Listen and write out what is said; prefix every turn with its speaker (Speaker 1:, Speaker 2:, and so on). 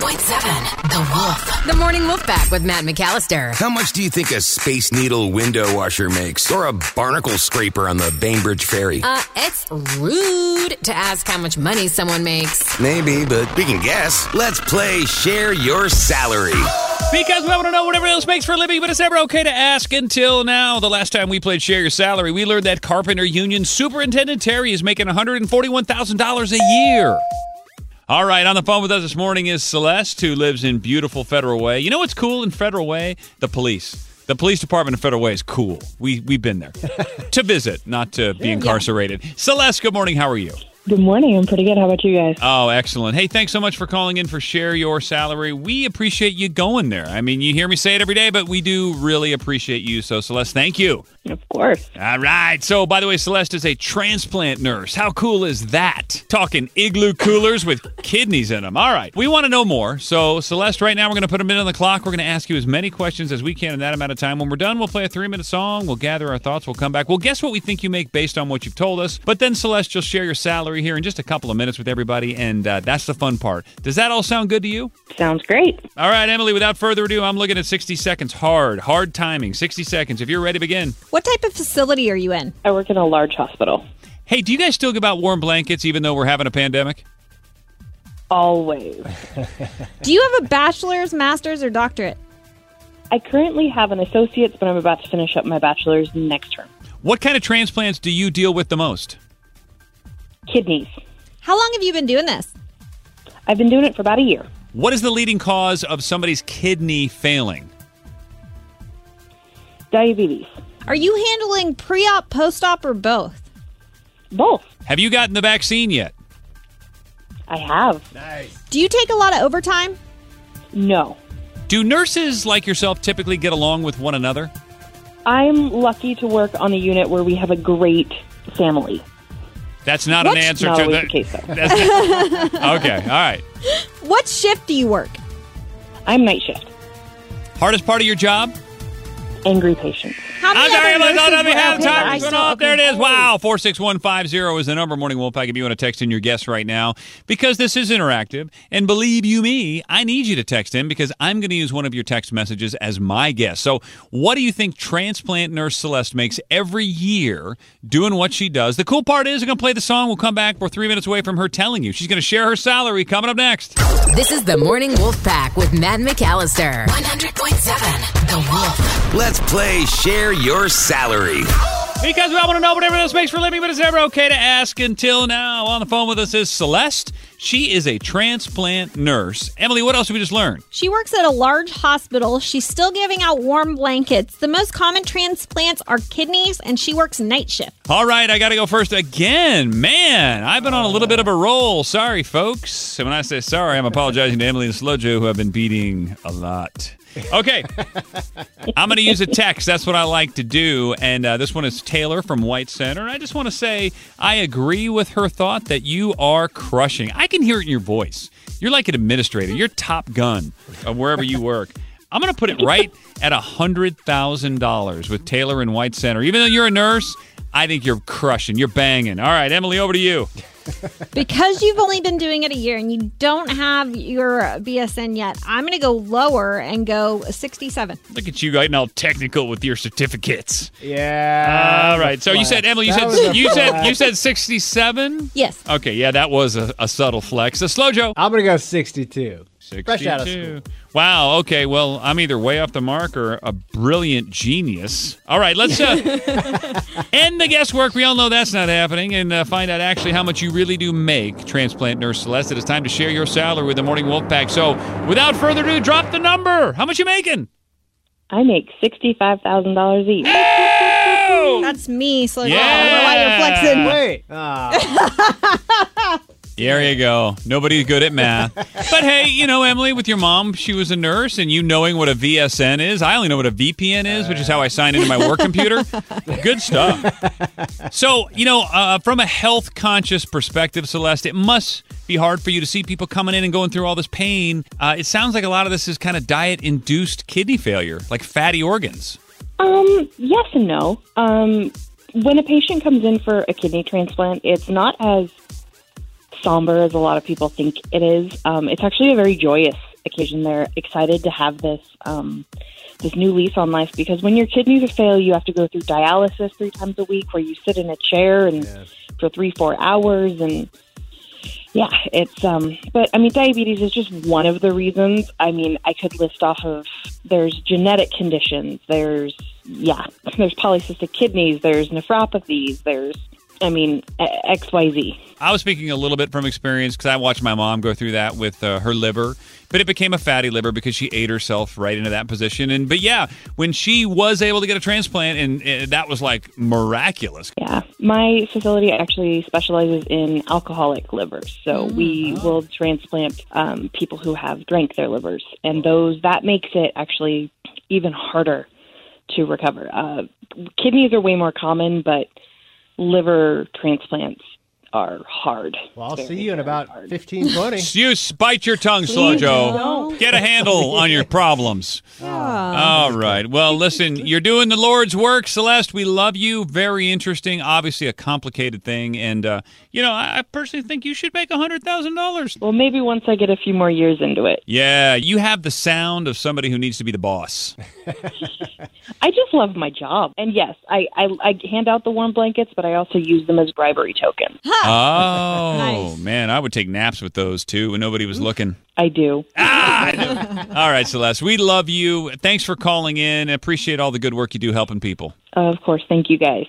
Speaker 1: 101.7 The Wolf. The Morning Wolf Pack with Matt McAllister.
Speaker 2: How much do you think a Space Needle window washer makes? Or a barnacle scraper on the Bainbridge Ferry?
Speaker 1: Uh, it's rude to ask how much money someone makes.
Speaker 2: Maybe, but we can guess. Let's play Share Your Salary.
Speaker 3: Because we want to know what everyone else makes for a living, but it's never okay to ask until now. The last time we played Share Your Salary, we learned that Carpenter Union Superintendent Terry is making $141,000 a year. All right, on the phone with us this morning is Celeste, who lives in beautiful Federal Way. You know what's cool in Federal Way? The police. The police department in Federal Way is cool. We, we've been there to visit, not to be incarcerated. Celeste, good morning. How are you?
Speaker 4: Good morning. I'm pretty good. How about you guys?
Speaker 3: Oh, excellent. Hey, thanks so much for calling in for Share Your Salary. We appreciate you going there. I mean, you hear me say it every day, but we do really appreciate you. So, Celeste, thank you.
Speaker 4: Of course.
Speaker 3: All right. So, by the way, Celeste is a transplant nurse. How cool is that? Talking igloo coolers with kidneys in them. All right. We want to know more. So, Celeste, right now we're going to put a minute on the clock. We're going to ask you as many questions as we can in that amount of time. When we're done, we'll play a three minute song. We'll gather our thoughts. We'll come back. We'll guess what we think you make based on what you've told us. But then, Celeste, you'll share your salary here in just a couple of minutes with everybody. And uh, that's the fun part. Does that all sound good to you?
Speaker 4: Sounds great.
Speaker 3: All right, Emily, without further ado, I'm looking at 60 seconds. Hard, hard timing. 60 seconds. If you're ready, begin.
Speaker 5: What type of facility are you in?
Speaker 4: I work in a large hospital.
Speaker 3: Hey, do you guys still give out warm blankets even though we're having a pandemic?
Speaker 4: Always.
Speaker 5: Do you have a bachelor's, master's, or doctorate?
Speaker 4: I currently have an associate's, but I'm about to finish up my bachelor's next term.
Speaker 3: What kind of transplants do you deal with the most?
Speaker 4: Kidneys.
Speaker 5: How long have you been doing this?
Speaker 4: I've been doing it for about a year.
Speaker 3: What is the leading cause of somebody's kidney failing?
Speaker 4: Diabetes.
Speaker 5: Are you handling pre op, post op, or both?
Speaker 4: Both.
Speaker 3: Have you gotten the vaccine yet?
Speaker 4: I have.
Speaker 5: Do you take a lot of overtime?
Speaker 4: No.
Speaker 3: Do nurses like yourself typically get along with one another?
Speaker 4: I'm lucky to work on a unit where we have a great family.
Speaker 3: That's not an
Speaker 5: What's
Speaker 3: answer
Speaker 4: Not
Speaker 3: to
Speaker 4: always
Speaker 3: that.
Speaker 4: the case, though.
Speaker 3: That's not- okay, all right.
Speaker 5: What shift do you work?
Speaker 4: I'm night shift.
Speaker 3: Hardest part of your job?
Speaker 4: Angry patient.
Speaker 5: How
Speaker 3: I'm
Speaker 5: many
Speaker 3: sorry,
Speaker 5: other
Speaker 3: but
Speaker 5: nurses
Speaker 3: don't let me
Speaker 5: were
Speaker 3: have
Speaker 5: out
Speaker 3: time.
Speaker 5: there?
Speaker 3: Turn off. There it is.
Speaker 5: Oh.
Speaker 3: Wow. 46150 is the number. Morning Wolfpack. If you want to text in your guess right now, because this is interactive, and believe you me, I need you to text in because I'm going to use one of your text messages as my guess. So, what do you think transplant nurse Celeste makes every year doing what she does? The cool part is, we're going to play the song. We'll come back. We're three minutes away from her telling you. She's going to share her salary coming up next.
Speaker 1: This is the Morning Wolf Pack with Matt McAllister. 100.7 The Wolf.
Speaker 2: Let's play Share Your Salary.
Speaker 3: Because we all want to know what everyone else makes for a living, but it's never okay to ask until now. On the phone with us is Celeste. She is a transplant nurse. Emily, what else did we just learn?
Speaker 5: She works at a large hospital. She's still giving out warm blankets. The most common transplants are kidneys, and she works night shift.
Speaker 3: All right, I got to go first again. Man, I've been on a little bit of a roll. Sorry, folks. And when I say sorry, I'm apologizing to Emily and Slojo, who I've been beating a lot. Okay, I'm going to use a text. That's what I like to do. And uh, this one is Taylor from White Center. And I just want to say I agree with her thought that you are crushing. I can hear it in your voice. You're like an administrator, you're top gun of wherever you work. I'm going to put it right at $100,000 with Taylor in White Center. Even though you're a nurse, I think you're crushing. You're banging. All right, Emily, over to you.
Speaker 5: Because you've only been doing it a year and you don't have your BSN yet, I'm going to go lower and go 67.
Speaker 3: Look at you getting all technical with your certificates.
Speaker 6: Yeah.
Speaker 3: All right. So you said Emily, you
Speaker 6: That was a
Speaker 3: said you said
Speaker 6: flex.
Speaker 3: you said 67?
Speaker 5: Yes.
Speaker 3: Okay, yeah, that was a, a subtle flex. A slow Joe.
Speaker 6: I'm gonna go 62. Fresh out of
Speaker 3: 62.
Speaker 6: school.
Speaker 3: Wow. Okay. Well, I'm either way off the mark or a brilliant genius. All right. Let's uh, end the guesswork. We all know that's not happening, and uh, find out actually how much you really do make, transplant nurse Celeste. It is time to share your salary with the Morning Wolf Pack. So, without further ado, drop the number. How much you making?
Speaker 4: I make $65,000 a year.
Speaker 5: That's me. So
Speaker 3: Yeah.
Speaker 5: I don't know why you're flexing.
Speaker 6: Wait. Ah,
Speaker 3: There you go. Nobody's good at math. but hey, you know, Emily, with your mom, she was a nurse, and you knowing what a VSN is, I only know what a VPN is, which is how I sign into my work computer. Good stuff. So, you know, uh, from a health conscious perspective, Celeste, it must be hard for you to see people coming in and going through all this pain. Uh, it sounds like a lot of this is kind of diet induced kidney failure, like fatty organs.
Speaker 4: Um, yes and no. Um, when a patient comes in for a kidney transplant, it's not as somber as a lot of people think it is. Um, it's actually a very joyous occasion, they're excited to have this um, this new lease on life because when your kidneys are failed, you have to go through dialysis three times a week, where you sit in a chair and for three four hours, and yeah, it's um. But I mean, diabetes is just one of the reasons. I mean, I could list off of there's genetic conditions, there's yeah, there's polycystic kidneys, there's nephropathies, there's I mean e, X Y Z.
Speaker 3: I was speaking a little bit from experience because I watched my mom go through that with uh, her liver, but it became a fatty liver because she ate herself right into that position. And but yeah, when she was able to get a transplant, and uh, that was like miraculous.
Speaker 4: Yeah, my facility actually specializes in alcoholic livers, so
Speaker 6: Mm.
Speaker 4: we
Speaker 6: Oh.
Speaker 4: will transplant um, people who have drank their livers, and those that makes it actually even harder to recover. Uh, kidneys are way more common, but liver transplants are hard.
Speaker 6: Well, I'll see you in about 15, 20.
Speaker 3: You bite your tongue, Slojo. Get a handle on your problems. All right. Well, listen, you're doing the Lord's work, Celeste. We love you. Very interesting. Obviously, a complicated thing. And, uh, you know, I I personally think you should make $100,000.
Speaker 4: Well, maybe once I get a few more years into it.
Speaker 3: Yeah, you have the sound of somebody who needs to be the boss.
Speaker 4: I just love my job. And yes, I, I, I hand out the warm blankets, but I also use them as bribery tokens.
Speaker 3: Oh,
Speaker 5: Nice.
Speaker 3: man, I would take naps with those too when nobody was looking.
Speaker 4: I do.
Speaker 3: All right, Celeste, we love you. Thanks for calling in. Appreciate all the good work you do helping people.
Speaker 4: of course, thank you guys.